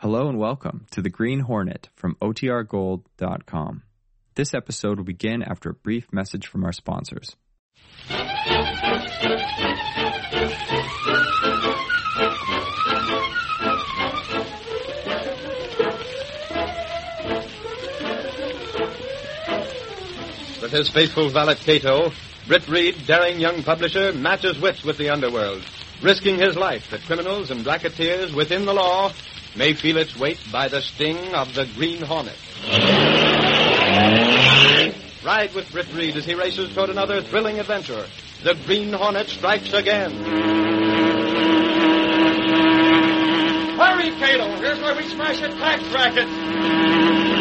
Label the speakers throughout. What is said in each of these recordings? Speaker 1: Hello and welcome to The Green Hornet from OTRGold.com. This episode will begin after a brief message from our sponsors.
Speaker 2: With his faithful valet Cato, Britt Reed, daring young publisher, matches wits with the underworld, risking his life that criminals and racketeers within the law may feel its weight by the sting of the Green Hornet. Ride with Britt Reed as he races toward another thrilling adventure. The Green Hornet strikes again. Hurry, Cato! Here's where we smash a tax racket!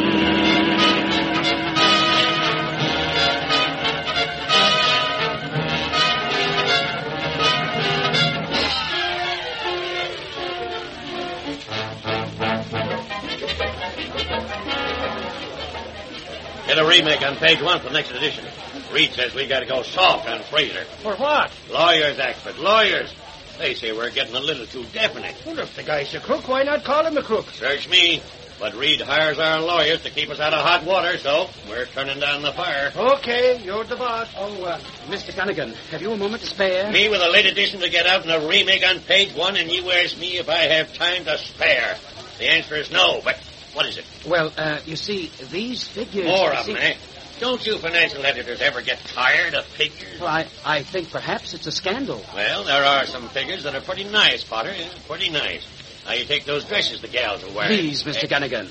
Speaker 3: Get a remake on page one for the next edition. Reed says we gotta go soft on Fraser.
Speaker 4: For what?
Speaker 3: Lawyers, expert, lawyers. They say we're getting a little too definite.
Speaker 4: Well, if the guy's a crook, why not call him a crook?
Speaker 3: Search me. But Reed hires our lawyers to keep us out of hot water, so we're turning down the fire.
Speaker 4: Okay, you're the boss.
Speaker 5: Oh, uh, Mr. Gunnigan, have you a moment to spare?
Speaker 3: Me with a late edition to get out and a remake on page one, and you ask me if I have time to spare. The answer is no, but what is it?
Speaker 5: Well, uh, you see, these figures.
Speaker 3: More
Speaker 5: you
Speaker 3: of
Speaker 5: see-
Speaker 3: them, eh? Don't you financial editors ever get tired of figures?
Speaker 5: Well, I, I think perhaps it's a scandal.
Speaker 3: Well, there are some figures that are pretty nice, Potter. It's Pretty nice. Now you take those dresses the gals are wearing.
Speaker 5: Please, Mr. Gunnigan.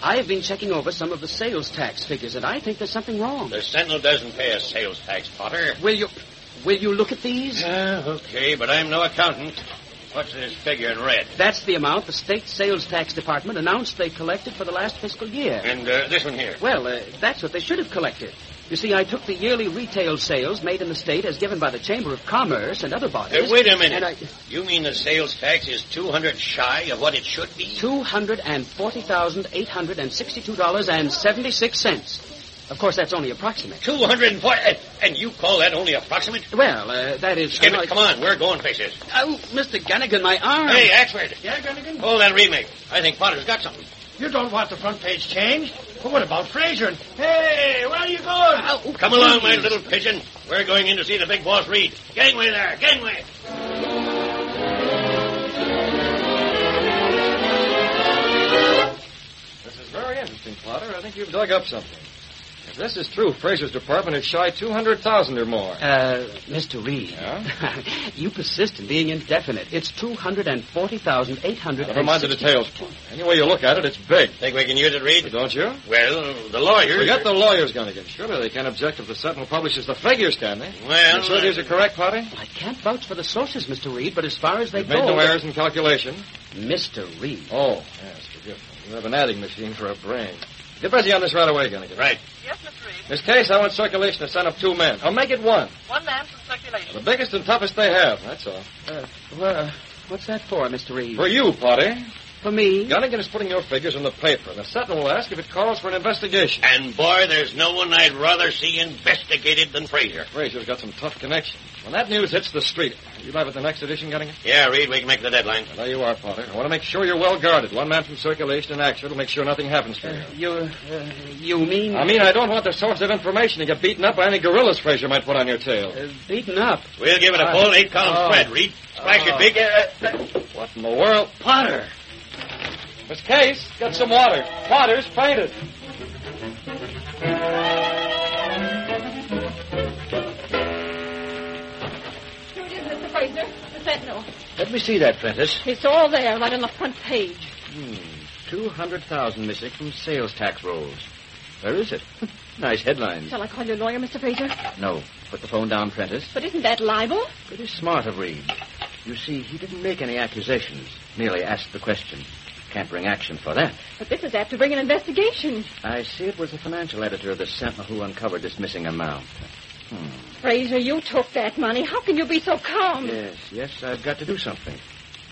Speaker 5: I've been checking over some of the sales tax figures, and I think there's something wrong.
Speaker 3: The Sentinel doesn't pay a sales tax, Potter.
Speaker 5: Will you. Will you look at these?
Speaker 3: Uh. okay, but I'm no accountant. What's this figure in red?
Speaker 5: That's the amount the state sales tax department announced they collected for the last fiscal year.
Speaker 3: And uh, this one here.
Speaker 5: Well, uh, that's what they should have collected. You see, I took the yearly retail sales made in the state as given by the Chamber of Commerce and other
Speaker 3: Hey,
Speaker 5: bodies.
Speaker 3: Uh, wait a minute.
Speaker 5: And I,
Speaker 3: You mean the sales tax is 200 shy of what it should be?
Speaker 5: $240,862.76. Of course, that's only approximate.
Speaker 3: 240? And- Uh, And you call that only approximate?
Speaker 5: Well, uh, that is.
Speaker 3: Skip it. Come on. We're going places.
Speaker 5: Oh, Mr. Gannigan, my arm.
Speaker 3: Hey, Axford.
Speaker 4: Yeah, Gunnigan?
Speaker 3: Hold that remake. I think Potter's got something.
Speaker 4: You don't want the front page changed? But what about Fraser? and- Hey, where are you going?
Speaker 5: Ow,
Speaker 3: Come along, my
Speaker 5: please.
Speaker 3: little pigeon. We're going in to see the big boss Reed. Gangway there, gangway.
Speaker 6: This is very interesting, Potter. I think you've dug up something. If this is true, Fraser's department is shy 200,000 or more.
Speaker 5: Uh, Mr. Reed.
Speaker 6: Yeah?
Speaker 5: you persist in being indefinite. It's 240,800.
Speaker 6: Never mind the details, Potter. Any way you look at it, it's big.
Speaker 3: Think we can use it, Reed?
Speaker 6: Don't you?
Speaker 3: Well, the lawyers.
Speaker 6: We got the lawyers, Gunnigan. Surely they can't object if the Sentinel publishes the figures, can they?
Speaker 3: Well,
Speaker 6: You sure these are correct, Potter?
Speaker 5: I can't vouch for the sources, Mr. Reed, but as far as they
Speaker 6: You've
Speaker 5: go.
Speaker 6: made no errors in calculation.
Speaker 5: Mr. Reed.
Speaker 6: Oh, yes, forgive me. You have an adding machine for a brain. Get busy on this right away, Gunnigan.
Speaker 3: Right.
Speaker 7: Yes, Mr. Reed.
Speaker 6: This case, I want circulation to send up two men. I'll make it one.
Speaker 7: One man from circulation.
Speaker 6: The biggest and toughest they have, that's all.
Speaker 5: Well, uh, what's that for, Mr. Reed?
Speaker 6: For you, Potter.
Speaker 5: For me?
Speaker 6: Gunnigan is putting your figures in the paper, and the Sentinel will ask if it calls for an investigation.
Speaker 3: And boy, there's no one I'd rather see investigated than Fraser.
Speaker 6: Frazier's got some tough connections. When that news hits the street, you live at the next edition, Gunnigan?
Speaker 3: Yeah, Reed, we can make the deadline.
Speaker 6: Well, there you are, Potter. I want to make sure you're well guarded. One man from circulation and action will make sure nothing happens to you.
Speaker 5: You, uh, you mean.
Speaker 6: I mean, I don't want the source of information to get beaten up by any gorillas Frazier might put on your tail.
Speaker 5: Uh, beaten up.
Speaker 3: We'll give it a full eight column
Speaker 6: Oh.
Speaker 3: spread, Reed. Splash it big. uh,
Speaker 6: What in the world? Potter! Miss Case, get some water. Potter's fainted.
Speaker 7: Here it is, Mr. Fraser. The Sentinel.
Speaker 3: Let me see that, Prentice.
Speaker 7: It's all there, right on the front page.
Speaker 3: 200,000 missing from sales tax rolls. Where is it? nice headlines.
Speaker 7: Shall I call your lawyer, Mr. Fraser?
Speaker 3: No. Put the phone down, Prentice.
Speaker 7: But isn't that libel?
Speaker 3: Pretty smart of Reed. You see, he didn't make any accusations, merely asked the question. Can't bring action for that.
Speaker 7: But this is apt to bring an investigation.
Speaker 3: I see it was the financial editor of the Sentinel who uncovered this missing amount.
Speaker 7: Fraser, you took that money. How can you be so calm?
Speaker 3: Yes, yes, I've got to do something.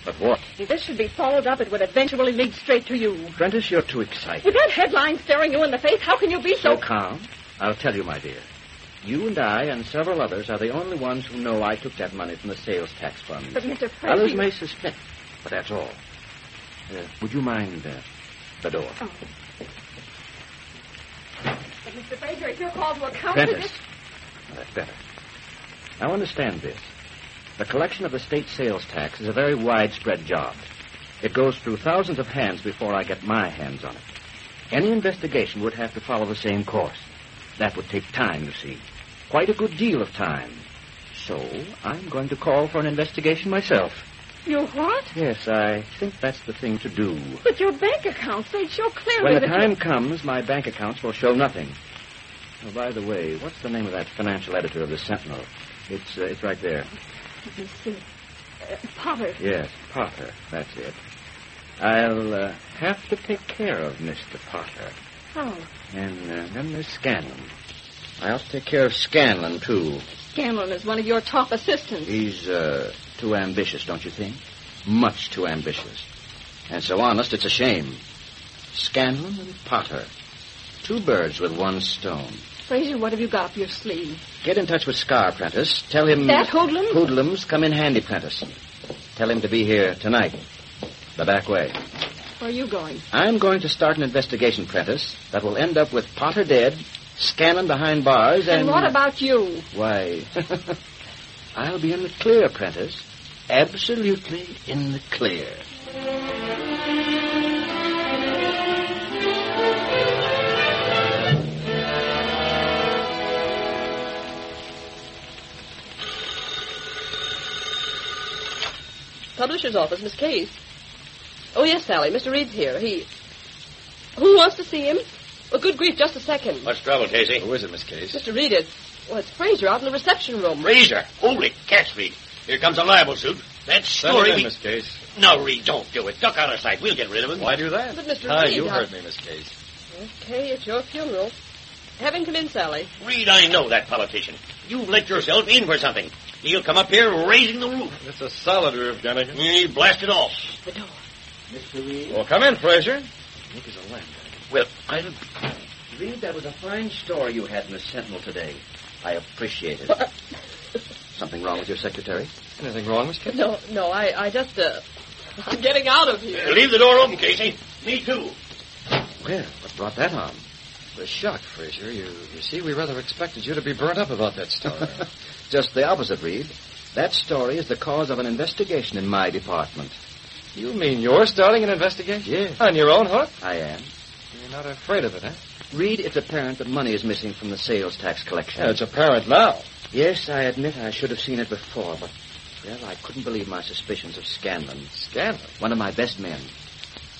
Speaker 3: But what?
Speaker 7: If this should be followed up, it would eventually lead straight to you.
Speaker 3: Prentice, you're too excited.
Speaker 7: With that headline staring you in the face, how can you be
Speaker 3: So
Speaker 7: so...
Speaker 3: calm. I'll tell you, my dear. You and I and several others are the only ones who know I took that money from the sales tax fund.
Speaker 7: But, Mr. Fraser...
Speaker 3: Others may suspect, but that's all.
Speaker 5: Uh, would you mind uh, the door?
Speaker 7: But, Mr. Fraser, if you're called to account for
Speaker 5: Prentice.
Speaker 7: this...
Speaker 5: Now, That's better. Now understand this. The collection of the state sales tax is a very widespread job. It goes through thousands of hands before I get my hands on it. Any investigation would have to follow the same course. That would take time, you see. Quite a good deal of time. So, I'm going to call for an investigation myself.
Speaker 7: You what?
Speaker 5: Yes, I think that's the thing to do.
Speaker 7: But your bank accounts, they show clearly
Speaker 5: When the
Speaker 7: that you-
Speaker 5: time comes, my bank accounts will show nothing. Oh, by the way, what's the name of that financial editor of the Sentinel? It's uh, it's right there.
Speaker 7: Let me see. Uh, Potter.
Speaker 5: Yes, Potter. That's it. I'll uh, have to take care of Mr. Potter
Speaker 7: Oh,
Speaker 5: and uh, then there's Scanlon. I ought to take care of Scanlon too.
Speaker 7: Scanlon is one of your top assistants.
Speaker 5: He's uh, too ambitious, don't you think? Much too ambitious, and so honest. It's a shame. Scanlon and Potter, two birds with one stone.
Speaker 7: Fraser, what have you got up your sleeve?
Speaker 5: Get in touch with Scar, Prentice. Tell him.
Speaker 7: That hoodlum?
Speaker 5: Hoodlums come in handy, Prentice. Tell him to be here tonight. The back way.
Speaker 7: Where are you going?
Speaker 5: I'm going to start an investigation, Prentice, that will end up with Potter dead, Scanlon behind bars, and.
Speaker 7: and what about you?
Speaker 5: Why. I'll be in the clear, Prentice. Absolutely in the clear.
Speaker 8: Publisher's office, Miss Case. Oh, yes, Sally. Mr. Reed's here. He. Who wants to see him? Well, good grief, just a second.
Speaker 3: What's trouble, Casey?
Speaker 6: Who is it, Miss Case?
Speaker 8: Mr. Reed, it's. Well, it's Fraser out in the reception room.
Speaker 3: Fraser. Holy cats, Reed. Here comes a libel suit. That
Speaker 6: Send it
Speaker 3: story.
Speaker 6: in,
Speaker 3: we-
Speaker 6: Miss Case.
Speaker 3: No, Reed, don't do it. Duck out of sight. We'll get rid of him.
Speaker 6: Why do that?
Speaker 8: But, Mr.
Speaker 6: Ah,
Speaker 8: Reed,
Speaker 6: you
Speaker 8: I-
Speaker 6: heard me, Miss Case.
Speaker 8: Okay, it's your funeral. Have him come in, Sally.
Speaker 3: Reed, I know that politician. You've let yourself in for something. He'll come up here raising the roof.
Speaker 6: It's a solid roof, Gannigan.
Speaker 3: He blasted off.
Speaker 8: The door.
Speaker 6: Well, come in, Fraser.
Speaker 5: Nick is a lamb.
Speaker 3: Well, I don't...
Speaker 5: Reed, that was a fine story you had in the Sentinel today. I appreciate it. Something wrong with your secretary?
Speaker 6: Anything wrong, Miss Case?
Speaker 8: No, no, I, I just. Uh, I'm getting out of here.
Speaker 3: Leave the door open, Casey. Me too.
Speaker 5: Well, what brought that on?
Speaker 6: The shock, Fraser. You, you see, we rather expected you to be burnt up about that story.
Speaker 5: Just the opposite, Reed. That story is the cause of an investigation in my department.
Speaker 6: you mean you're starting an investigation?
Speaker 5: Yes,
Speaker 6: On your own hook?
Speaker 5: I am.
Speaker 6: You're not afraid of it,
Speaker 2: eh?
Speaker 6: huh?
Speaker 5: Reed, it's apparent that money is missing from the sales tax collection.
Speaker 6: Yeah, it's apparent now.
Speaker 5: Yes, I admit I should have seen it before, but, well, I couldn't believe my suspicions of Scanlon.
Speaker 6: Scanlon.
Speaker 5: One of my best men.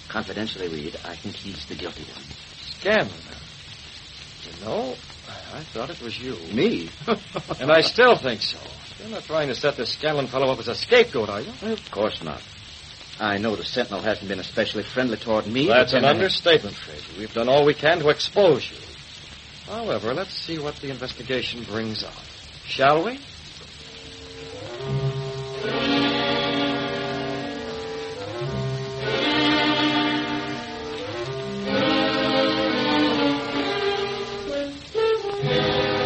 Speaker 5: Confidentially, Reed, I think he's the guilty one.
Speaker 6: Scanlon. You know, I thought it was you.
Speaker 5: Me?
Speaker 6: And I still think so. You're not trying to set this Scanlon fellow up as a scapegoat, are you?
Speaker 5: Well, of course not. I know the Sentinel hasn't been especially friendly toward me.
Speaker 6: That's
Speaker 5: but
Speaker 6: an
Speaker 5: then I-
Speaker 6: understatement, Fraser. We've done all we can to expose you. However, let's see what the investigation brings out. Shall we?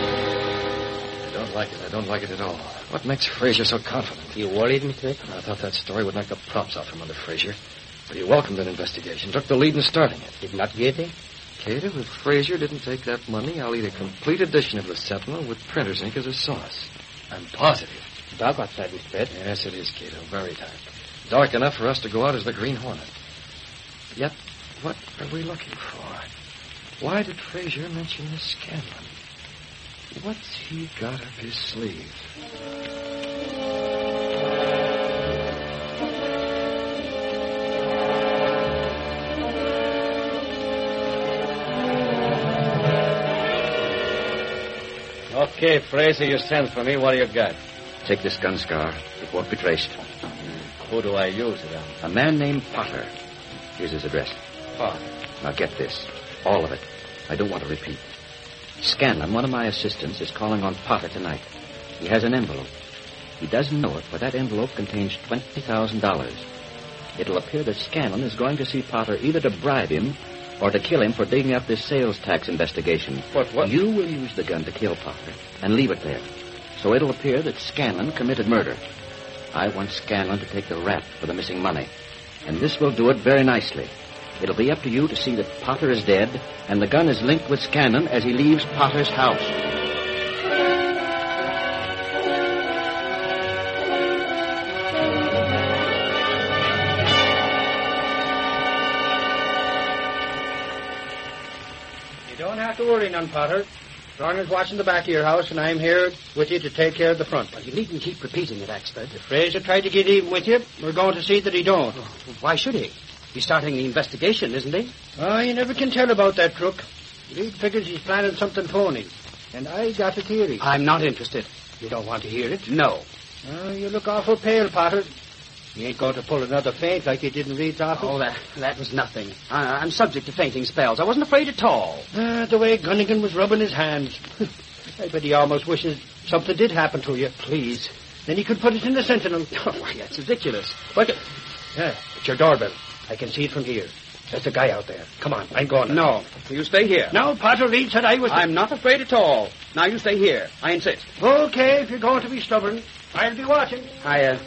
Speaker 6: I don't like it. I don't like it at all. What makes Fraser so confident? You worried me, Dick? I thought that story would knock the props out from under Fraser. But he welcomed an investigation, took the lead in starting it. Did not get it? Cato, if Fraser didn't take that money, I'll eat a complete edition of the Sentinel with printer's ink as a sauce. I'm positive. Dark outside, Miss Pitt. Yes, it is, Cato. Very dark. Dark enough for us to go out as the Green Hornet. Yet, what are we looking for? Why did Fraser mention this Scanlon? What's he got up his sleeve?
Speaker 2: Okay, Fraser, you send for me. What do you got?
Speaker 5: Take this gun, Scar. It won't be traced.
Speaker 2: Who do I use it on?
Speaker 5: A man named Potter. Here's his address. Now get this. All of it. I don't want to repeat. Scanlon, one of my assistants, is calling on Potter tonight. He has an envelope. He doesn't know it, but that envelope contains $20,000. It'll appear that Scanlon is going to see Potter either to bribe him or to kill him for digging up this sales tax investigation.
Speaker 6: But what-
Speaker 5: You will use the gun to kill Potter and leave it there. So it'll appear that Scanlon committed murder. I want Scanlon to take the rap for the missing money.
Speaker 1: And this will do it very nicely. It'll be up to you to see that Potter is dead and the gun is linked with Scanlon as he leaves Potter's house.
Speaker 9: You don't have to worry none, Potter. Stronger's watching the back of your house, and I'm here with you to take care of the front.
Speaker 5: Well, you needn't keep repeating it, Axford.
Speaker 9: Fraser tried to get even with you. We're going to see that he don't.
Speaker 5: Why should he? He's starting the investigation, isn't he?
Speaker 9: Oh, you never can tell about that crook. Reed figures he's planning something phony. And I got a theory.
Speaker 5: I'm not interested. You don't want to hear it? No.
Speaker 9: Oh, you look awful pale, Potter. You ain't going to pull another feint like you did in Reed's office.
Speaker 5: Oh, that, that was nothing. I, I'm subject to fainting spells. I wasn't afraid at all.
Speaker 9: Ah, the way Gunnigan was rubbing his hands. I bet he almost wishes something did happen to you.
Speaker 5: Please.
Speaker 9: Then he could put it in the Sentinel.
Speaker 5: Oh, Why, that's ridiculous.
Speaker 9: What? the- Yeah, it's your doorbell. I can see it from here. There's a guy out there. Come on, I'm going.
Speaker 5: No. You stay here.
Speaker 9: Now, Potter Reed said I was.
Speaker 5: I'm not afraid at all. Now you stay here. I insist.
Speaker 9: Okay, if you're going to be stubborn, I'll be watching.
Speaker 5: I, uh,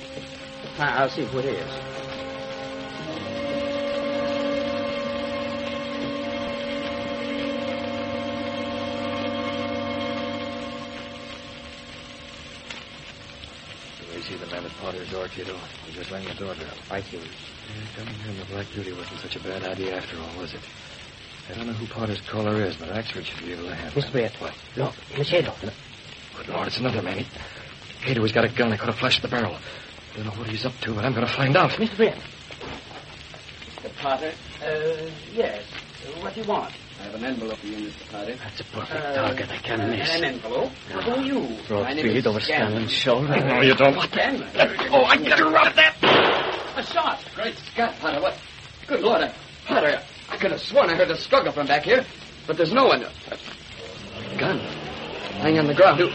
Speaker 5: I- I'll see who it is.
Speaker 6: You see the man at Potter's door, kiddo. He just rang the doorbell. I see him. coming here in the Black Beauty wasn't such a bad idea after all, was it? I don't know who Potter's caller is, but Axford should be able to handle it.
Speaker 5: Smith. What? Look, in the shadow.
Speaker 6: Good Lord, it's another man. He- Cato, he's got a gun. I could have flashed the barrel. I don't know what he's up to, but I'm going to find out.
Speaker 5: Mr. Brent. Mr. Potter? Uh, yes. What do you want?
Speaker 1: I have an envelope for you, Mr. Potter.
Speaker 6: That's a perfect target. I can't miss.
Speaker 5: Uh,
Speaker 6: Ah,
Speaker 5: An envelope? Who are you?
Speaker 6: Throw
Speaker 1: my
Speaker 6: a
Speaker 1: name is
Speaker 6: bead over
Speaker 1: Scanlon.
Speaker 6: Scanlon's shoulder.
Speaker 1: No, you don't.
Speaker 5: What then?
Speaker 1: Oh, I got a run at that.
Speaker 5: A shot.
Speaker 1: Great Scott, Potter, what? Good Lord, I- Potter, I could have sworn I heard a struggle from back here, but there's no one. Gun lying on the ground. Who-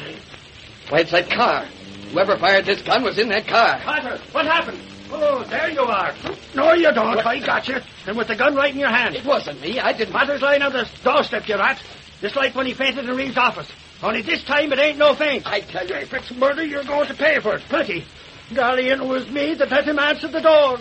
Speaker 1: Why, it's that car. Whoever fired this gun was in that car.
Speaker 9: Potter, what happened? Oh, there you are. No, you don't. I got you. And with the gun right in your hand.
Speaker 1: It wasn't me. I didn't.
Speaker 9: Potter's lying on the doorstep, you rat. Just like when he fainted in Reed's office. Only this time it ain't no faint.
Speaker 1: I tell you,
Speaker 9: If it's murder, you're going to pay for it. Plenty. Golly, it was me that let him answer the door.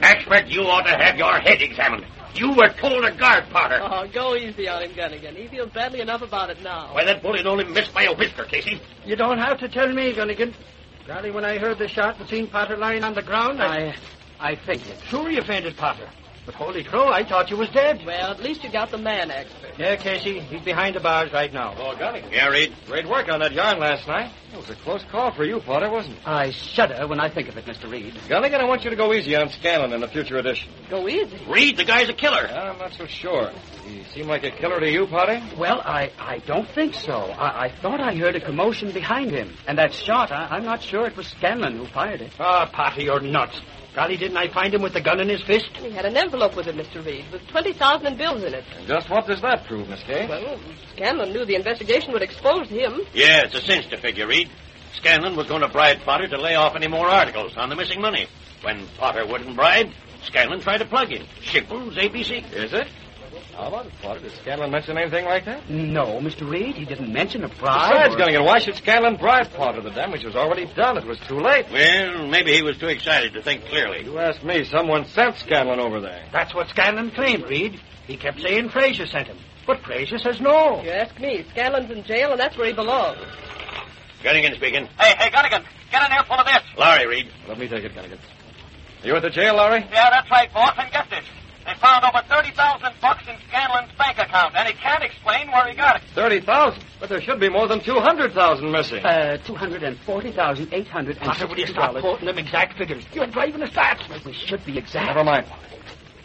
Speaker 3: Expert, you ought to have your head examined. You were told to guard Potter.
Speaker 7: Oh, go easy on him, Gunnigan. He feels badly enough about it now.
Speaker 3: Why, that bullet only missed by a whisker, Casey.
Speaker 9: You don't have to tell me, Gunnigan. Golly, when I heard the shot and seen Potter lying on the ground, I...
Speaker 5: I, I fainted.
Speaker 9: Sure you fainted, Potter. But holy crow, I thought you was dead.
Speaker 7: Well, at least you got the man, expert.
Speaker 9: Yeah, Casey, he's behind the bars right now.
Speaker 6: Oh, got him.
Speaker 3: Yeah, Reed.
Speaker 6: Great work on that yarn last night. It was a close call for you, Potter, wasn't it?
Speaker 5: I shudder when I think of it, Mr. Reed.
Speaker 6: Gunnigan, I want you to go easy on Scanlon in the future edition.
Speaker 7: Go easy.
Speaker 3: Reed, the guy's a killer.
Speaker 6: I'm not so sure. He seemed like a killer to you, Potter?
Speaker 5: Well, I, I don't think so. I, I thought I heard a commotion behind him. And that shot, I, I'm not sure it was Scanlon who fired it.
Speaker 9: Ah, Potter, you're nuts. Golly, didn't I find him with the gun in his fist?
Speaker 7: He had an envelope with him, Mr. Reed, with 20,000 in bills in it.
Speaker 6: And just what does that prove, Miss Kay?
Speaker 7: Well, Scanlon knew the investigation would expose him.
Speaker 3: Yeah, it's a cinch to figure, Reed. Scanlon was going to bribe Potter to lay off any more articles on the missing money. When Potter wouldn't bribe, Scanlon tried to plug him. Shimple's ABC.
Speaker 6: Is it? How about it, Potter? Did Scanlon mention anything like that?
Speaker 5: No, Mr. Reed, he didn't mention a bribe.
Speaker 6: Besides,
Speaker 5: or-
Speaker 6: Gunnigan, why should Scanlon bribe Potter? The damage was already done. It was too late.
Speaker 3: Well, maybe he was too excited to think clearly.
Speaker 6: You asked me. Someone sent Scanlon over there.
Speaker 9: That's what Scanlon claimed, Reed. He kept saying Fraser sent him. But Fraser says no.
Speaker 7: You ask me, Scanlon's in jail, and that's where he belongs.
Speaker 3: Gunnigan speaking. Hey, hey, Gunnigan, get an earful of this. Larry, Reed.
Speaker 6: Let me take it, Gunnigan. Are you at the jail, Larry?
Speaker 10: Yeah, that's right, boss. And get this. They found over 30,000 bucks in Scanlon's bank account, and he can't explain where he got it.
Speaker 6: 30,000. But there should be more than 200,000 missing.
Speaker 5: Uh, two hundred and forty thousand eight hundred and
Speaker 9: Potter, will you
Speaker 5: sixty
Speaker 9: stop
Speaker 5: dollars.
Speaker 9: quoting them exact figures? You're driving us nuts.
Speaker 5: We should be exact.
Speaker 6: Never mind.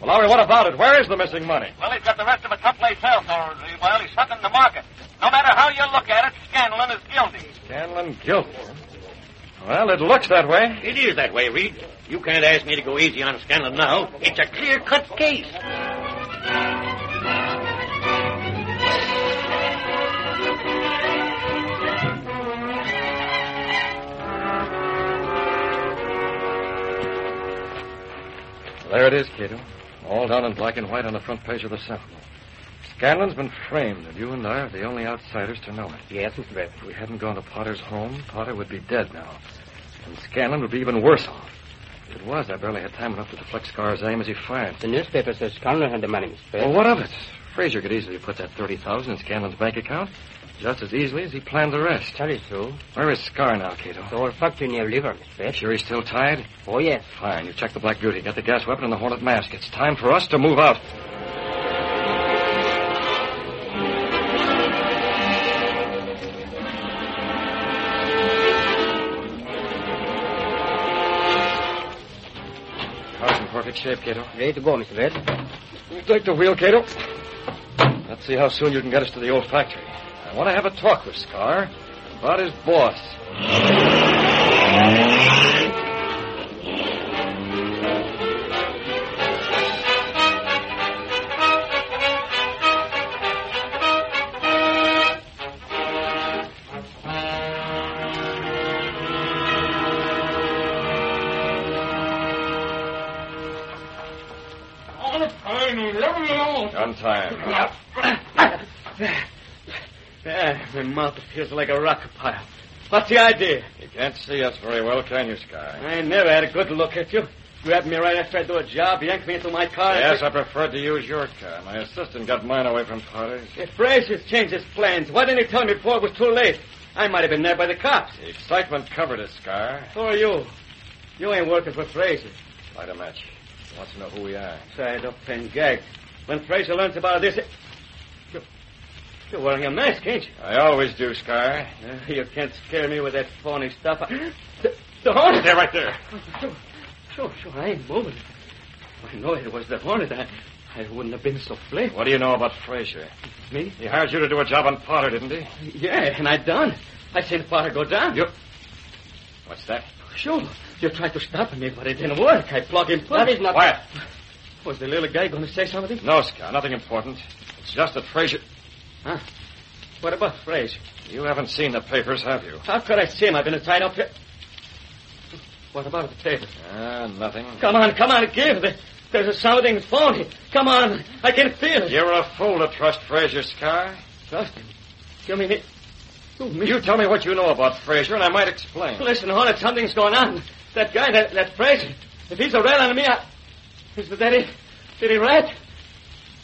Speaker 2: Well, Lowry, what about it? Where is the missing money?
Speaker 11: Well, he's got the rest of it someplace else, or, well, he's something in the market. No matter how you look at it, Scanlon is guilty.
Speaker 2: Scanlon guilty. Well, it looks that way.
Speaker 3: It is that way, Reed. You can't ask me to go easy on Scanlon now. It's a clear cut case.
Speaker 6: There it is, Cato. All down in black and white on the front page of the Sentinel. Scanlon's been framed, and you and I are the only outsiders to know it. Yes, Mr. Brett. If we hadn't gone to Potter's home, Potter would be dead now. And Scanlon would be even worse off. If it was, I barely had time enough to deflect Scar's aim as he fired. The newspaper says Scanlon had the money, Mr.
Speaker 5: Oh,
Speaker 6: Well, what of it? Fraser could easily put that 30000 in Scanlon's bank account just as easily as he planned the rest. That is true. Where is Scar now, Cato? To our factory near Liver, Mr. Sure he's still tied? Oh, yes. Fine. You check the Black Beauty, get the gas weapon and the Hornet mask. It's time for us to move out. Car's in perfect shape, Cato. Ready to go, Mr. Red. Take the wheel, Cato. Let's see how soon you can get us to the old factory. I want to have a talk with Scar about his boss. On time.
Speaker 12: Ah, my mouth feels like a rock pile. What's the idea?
Speaker 6: You can't see us very well, can you, Scar?
Speaker 12: I never had a good look at you. Grabbed me right after I do a job, yanked me into my car. and-
Speaker 6: Yes, I preferred to use your car. My assistant got mine away from Potter's.
Speaker 12: Hey, Frazier's changed his plans. Why didn't he tell me before it was too late? I might have been there by the cops.
Speaker 6: The excitement covered us, Scar.
Speaker 12: Who are you? You ain't working for Frazier.
Speaker 6: Light a match. He wants to know who we are.
Speaker 12: Tied up and gagged. When Frazier learns about this... You- You're wearing a mask, ain't you?
Speaker 6: I always do, Scar.
Speaker 12: Uh, you can't scare me with that phony stuff. I- The, the hornet!
Speaker 6: There, right there.
Speaker 12: Sure, sure, sure. I ain't moving. If I know it was the hornet, I, I wouldn't have been so flipped.
Speaker 6: What do you know about Frazier?
Speaker 12: Me?
Speaker 6: He hired you to do a job on Potter, didn't he?
Speaker 12: Yeah, and I done. I seen Potter go down. You...
Speaker 6: What's that?
Speaker 12: Sure. You tried to stop me, but it didn't work. I plug him.
Speaker 6: That is not- Quiet.
Speaker 12: Was the little guy going to say something?
Speaker 6: No, Scar, nothing important. It's just that Frazier...
Speaker 12: Huh? What about Frazier?
Speaker 6: You haven't seen the papers, have you?
Speaker 12: How could I see him? I've been tied up here. What about the paper?
Speaker 6: Ah, nothing.
Speaker 12: Come on, come on, give. There- There's something phony. Come on. I can feel it.
Speaker 6: You're a fool to trust Frazier, Scar.
Speaker 12: Trust him. You mean it?
Speaker 6: You tell me what you know about Frazier, and I might explain.
Speaker 12: Listen, Hornet, something's going on. That guy, that, that Fraser, if he's a rat on me, I... Is that it? Did he rat?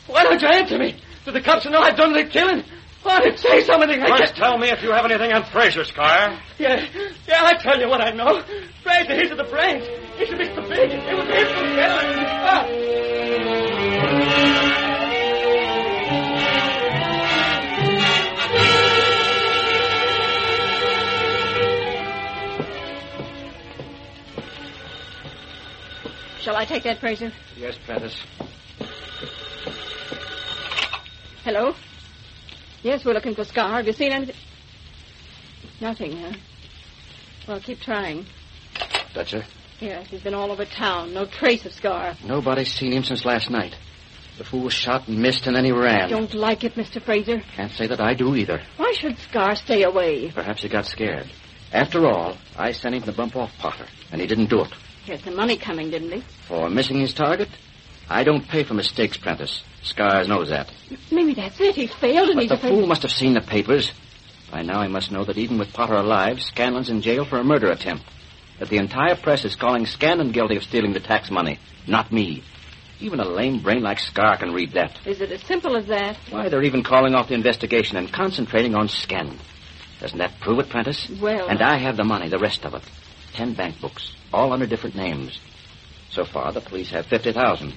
Speaker 12: Why don't you answer me? Do the cops know I've done the killing? Hornet, say something. I
Speaker 6: First,
Speaker 12: can't-
Speaker 6: tell me if you have anything on Frazier, Scar.
Speaker 12: Yeah, yeah, I tell you what I know. Fraser, he's at the brains. He should be the big. It was him from
Speaker 7: Shall I take that, Fraser?
Speaker 6: Yes, Prentice.
Speaker 7: Hello? Yes, we're looking for Scar. Have you seen anything? Nothing, huh? Well, keep trying.
Speaker 5: That's her.
Speaker 7: Yes, he's been all over town. No trace of Scar.
Speaker 5: Nobody's seen him since last night. The fool shot and missed, and then he ran.
Speaker 7: I don't like it, Mr. Fraser.
Speaker 5: Can't say that I do either.
Speaker 7: Why should Scar stay away?
Speaker 5: Perhaps he got scared. After all, I sent him to bump off Potter, and he didn't do it.
Speaker 7: Here's the money coming, didn't he?
Speaker 5: For missing his target? I don't pay for mistakes, Prentice. Scars knows that.
Speaker 7: Maybe that's it. He's failed and
Speaker 5: But
Speaker 7: he's
Speaker 5: the
Speaker 7: afraid-
Speaker 5: fool must have seen the papers. By now he must know that even with Potter alive, Scanlon's in jail for a murder attempt. That the entire press is calling Scanlon guilty of stealing the tax money, not me. Even a lame brain like Scar can read that.
Speaker 7: Is it as simple as that?
Speaker 5: Why, they're even calling off the investigation and concentrating on Scanlon. Doesn't that prove it, Prentice?
Speaker 7: Well,
Speaker 5: And I have the money, the rest of it. Ten bank books, all under different names. So far, the police have 50000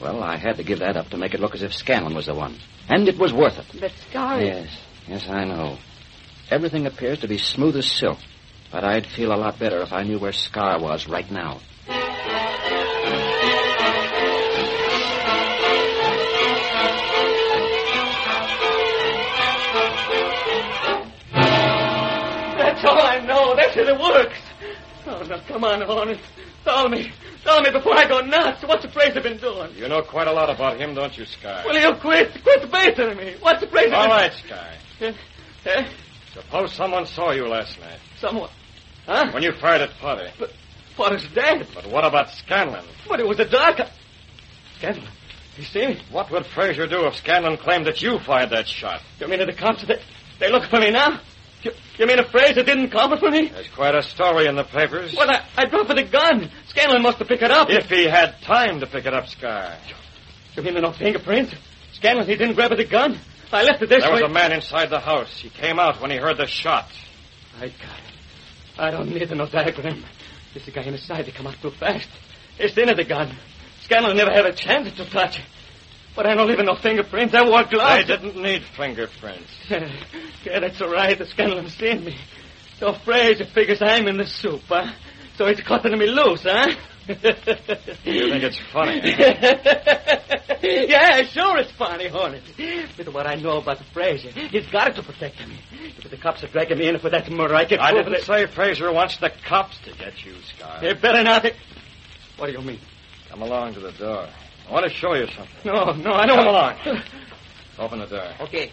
Speaker 5: Well, I had to give that up to make it look as if Scanlon was the one. And it was worth it.
Speaker 7: but Scar is...
Speaker 5: Yes, yes, I know. Everything appears to be smooth as silk, but I'd feel a lot better if I knew where Scar was right now. works. Oh, now, come on, Hornet. Tell me. Tell me before I go nuts. What's the Fraser been doing?
Speaker 6: You know quite a lot about him, don't you, Sky?
Speaker 5: Will you quit? Quit baiting me. What's the Fraser
Speaker 6: All
Speaker 5: been...
Speaker 6: right, Sky.
Speaker 5: Eh? Eh?
Speaker 6: Suppose someone saw you last night.
Speaker 5: Someone... Huh?
Speaker 6: When you fired at Potter.
Speaker 5: But Potter's dead.
Speaker 6: But what about Scanlon?
Speaker 5: But it was a dark... Scanlon. You see?
Speaker 6: What would Frazier do if Scanlon claimed that you fired that shot?
Speaker 5: You mean that the cops... They, they look for me now? You, you mean if Fraser didn't come for me?
Speaker 6: There's quite a story in the papers.
Speaker 5: Well, I, I dropped the gun. Scanlon must have picked it up.
Speaker 6: If he had time to pick it up, Sky.
Speaker 5: You mean there are no fingerprints? Scanlon, he didn't grab at the gun. I left it this
Speaker 6: there
Speaker 5: way.
Speaker 6: was a man inside the house. He came out when he heard the shot.
Speaker 5: I got it. I don't need no diagram. This guy inside, they come out too fast. It's the end of the gun. Scanlon never had a chance to touch it. But I don't leave no fingerprints. I wore
Speaker 6: I
Speaker 5: gloves.
Speaker 6: didn't need fingerprints.
Speaker 5: Yeah, yeah, that's all right. The Scanlon's seen me. So Fraser figures I'm in the soup, huh? So he's cutting me loose, huh? you think
Speaker 6: it's funny,
Speaker 5: yeah, sure it's funny, Hornet. With what I know about Fraser, he's got it to protect me. If the cops are dragging me in for that murder, I can
Speaker 6: I
Speaker 5: prove
Speaker 6: didn't
Speaker 5: it.
Speaker 6: say Fraser wants the cops to get you, Sky.
Speaker 5: They better not. What do you mean?
Speaker 6: Come along to the door. I want to show you something.
Speaker 5: No, no, I don't
Speaker 6: Come
Speaker 5: want
Speaker 6: along. Open the door.
Speaker 5: Okay.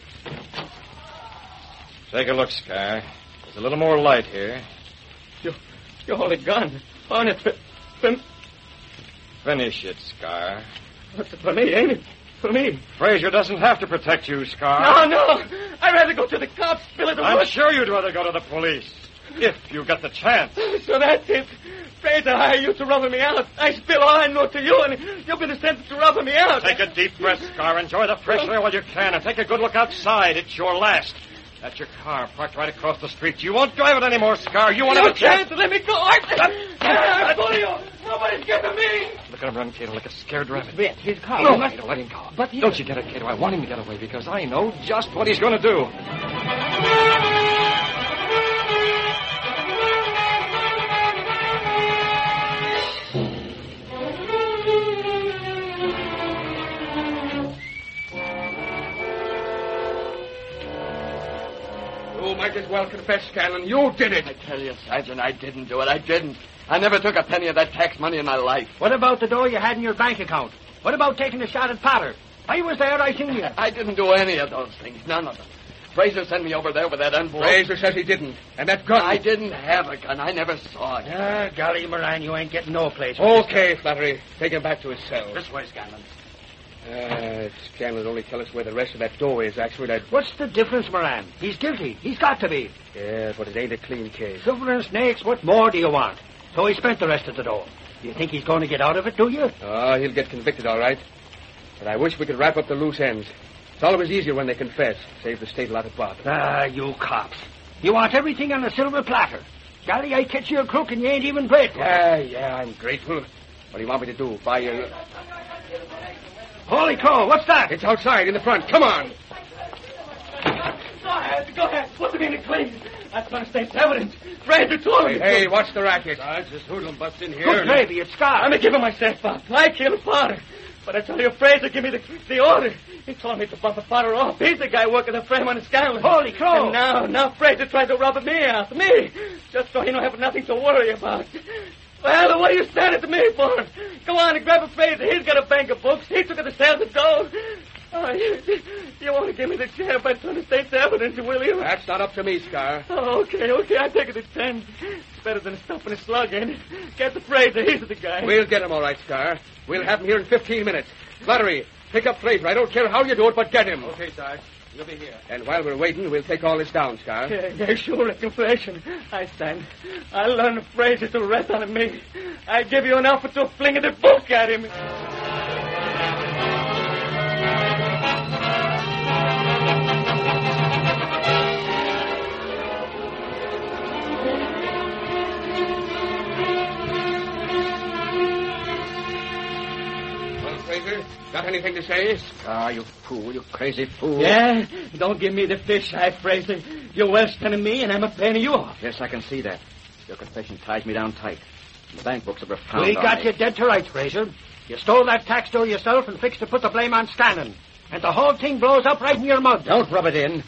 Speaker 6: Take a look, Sky. There's a little more light here.
Speaker 5: You hold a gun. Hornet, for, for,
Speaker 6: Finish it, Scar.
Speaker 5: for me, ain't it? For me.
Speaker 6: Frazier doesn't have to protect you,
Speaker 5: No,
Speaker 6: Scar.
Speaker 5: no. I'd rather go to the cops, Bill, at the
Speaker 6: I'm
Speaker 5: woods.
Speaker 6: sure you'd rather go to the police. If you got the chance.
Speaker 5: So that's it. Fraser hired you to rubber me out. I spill all I know to you, and you've been sent to rubber me out.
Speaker 6: Take a deep breath, Scar. Enjoy the fresh air while you can, and take a good look outside. It's your last. That's your car parked right across the street. You won't drive it anymore, Scar. You won't
Speaker 5: no
Speaker 6: have a chance.
Speaker 5: chance. Let me go. I, I, I bully you. Nobody's getting me.
Speaker 13: Look at him run, Cato, like a scared rabbit.
Speaker 14: Bit, his car.
Speaker 13: No,
Speaker 14: Must-
Speaker 13: Cato, let him go.
Speaker 14: But he-
Speaker 13: Don't you get it, Cato. I want him to get away because I know just what he's going to do.
Speaker 15: You might as well confess, Scanlon. You did it.
Speaker 14: I tell you, Sergeant, I didn't do it. I didn't. I never took a penny of that tax money in my life.
Speaker 3: What about the dough you had in your bank account? What about taking a shot at Potter? I was there. I seen you.
Speaker 14: I didn't do any of those things. None of them. Fraser sent me over there with that envelope.
Speaker 15: Oh, Fraser says he didn't. And that gun.
Speaker 14: I didn't have a gun. I never saw it.
Speaker 3: Ah, golly, Moran, you ain't getting no place.
Speaker 15: Okay, Flattery. Take him back to his cell.
Speaker 14: This way, Scanlon.
Speaker 15: Uh, Scanlon only tell us where the rest of that dough is. That's where that.
Speaker 3: What's the difference, Moran? He's guilty. He's got to be.
Speaker 15: Yeah, but it ain't a clean case.
Speaker 3: Silver and snakes, what more do you want? So he spent the rest of the dough. You think he's going to get out of it, do you?
Speaker 15: Oh, he'll get convicted, all right. But I wish we could wrap up the loose ends. It's always easier when they confess. Save the state a lot of bother.
Speaker 3: Ah, you cops. You want everything on a silver platter. Golly, I catch you a crook and you ain't even grateful.
Speaker 15: Yeah, yeah, I'm grateful. What do you want me to do? Buy your.
Speaker 3: Holy crow, what's that?
Speaker 15: It's outside in the front. Come on.
Speaker 5: Go ahead. Go ahead. Put them in the clean. That's my state's evidence. Fraser told me.
Speaker 15: Hey,
Speaker 5: to.
Speaker 15: hey, watch the racket.
Speaker 5: this hoodlum bust in here.
Speaker 3: Good gravy, it's Scott.
Speaker 5: I'm a giving myself up. I killed Potter. But I tell you, Fraser gave me the, the order. He told me to bump the Potter off. He's the guy working the frame on the Scanlon.
Speaker 3: Holy crow.
Speaker 5: And now, now Fraser tries to rob me out. Me! Just so he don't have nothing to worry about. Well, what are you staring at me for? Go on and grab a Fraser. He's got a bank of books. He took it to sell the dough. Oh, you, you want to give me the share by turn of state's evidence, will you?
Speaker 15: That's not up to me, Scar.
Speaker 5: Oh, okay, okay, I take it at ten. It's better than stuffing a slug in. Get the Fraser, he's the guy.
Speaker 15: We'll get him all right, Scar. We'll have him here in 15 minutes. Flattery, pick up Fraser. I don't care how you do it, but get him. Okay, Sarge. You'll be here. And while we're waiting, we'll take all this down, Scar.
Speaker 5: Yeah, yeah, sure, a confession. I stand. I learn Fraser to rest on me. I give you an offer to fling the book at him.
Speaker 15: Well, Fraser, got anything to say?
Speaker 16: Scar, Ah, you fool, you crazy fool.
Speaker 5: Yeah, Eh, don't give me the fish eye, Fraser. You're worse than me, and I'm a penny you off.
Speaker 16: Yes, I can see that. Your confession ties me down tight. The bank books are profound.
Speaker 3: We
Speaker 16: on
Speaker 3: got
Speaker 16: me.
Speaker 3: you dead to rights, Fraser. You stole that tax dough yourself and fixed to put the blame on Scanlon. And the whole thing blows up right in your mug.
Speaker 16: Don't rub it in.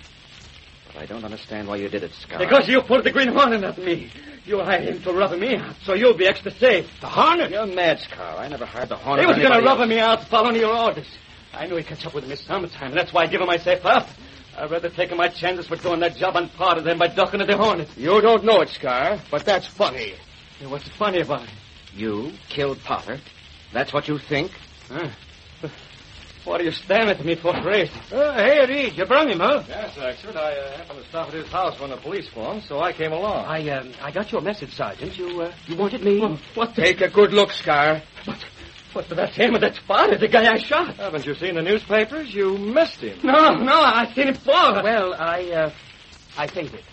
Speaker 16: But
Speaker 17: I don't understand why you did it, Scar.
Speaker 5: Because you pulled the Green Hornet at me. You hired him to rob me out, so you'll be extra safe. The Hornet? You're mad, Scar. I never hired the
Speaker 17: Hornet
Speaker 5: He
Speaker 17: or
Speaker 5: was going to
Speaker 17: anybody
Speaker 5: rob
Speaker 17: else.
Speaker 5: me out following your orders. I knew he'd catch up with me sometime, and that's why I give him myself up. I'd rather take my chances with doing that job on part than by ducking at the Hornet. You don't know it, Scar, but that's funny. What's funny about it?
Speaker 17: You killed Potter? That's what you think?
Speaker 5: Huh? What are you staring at me for, Grace? Uh, hey, Reed, you brung him, huh?
Speaker 6: Yes, Axford. I uh, happened to stop at his house when the police phoned, so I came along.
Speaker 18: I, um, I got your message, Sergeant. You, uh, you wanted me?
Speaker 5: what
Speaker 19: Take a good look, Scar.
Speaker 5: But that's him, that's Potter, the guy I shot.
Speaker 6: Haven't you seen the newspapers? You missed him.
Speaker 5: No, no, I seen him fall.
Speaker 18: Well, I, uh, I fainted.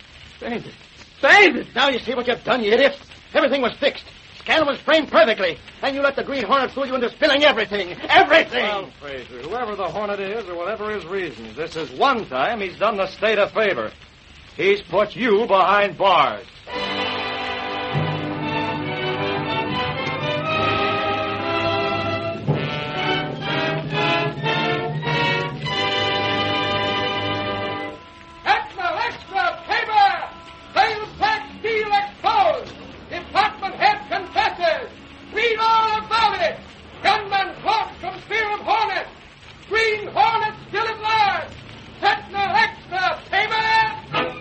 Speaker 5: Fainted? Fainted? Now you see what you've done, you idiot. Everything was fixed. Scanlon was framed perfectly. And you let the Green Hornet fool you into spilling everything. Everything!
Speaker 6: Well, Fraser, whoever the Hornet is or whatever his reasons, this is one time he's done the state a favor. He's put you behind bars.
Speaker 20: Extra, extra, paper! Failed tax deal exposed! Department head confesses! Read all about it! Gunman caught from fear of hornet! Green hornet still at large! Sentinel extra, paper!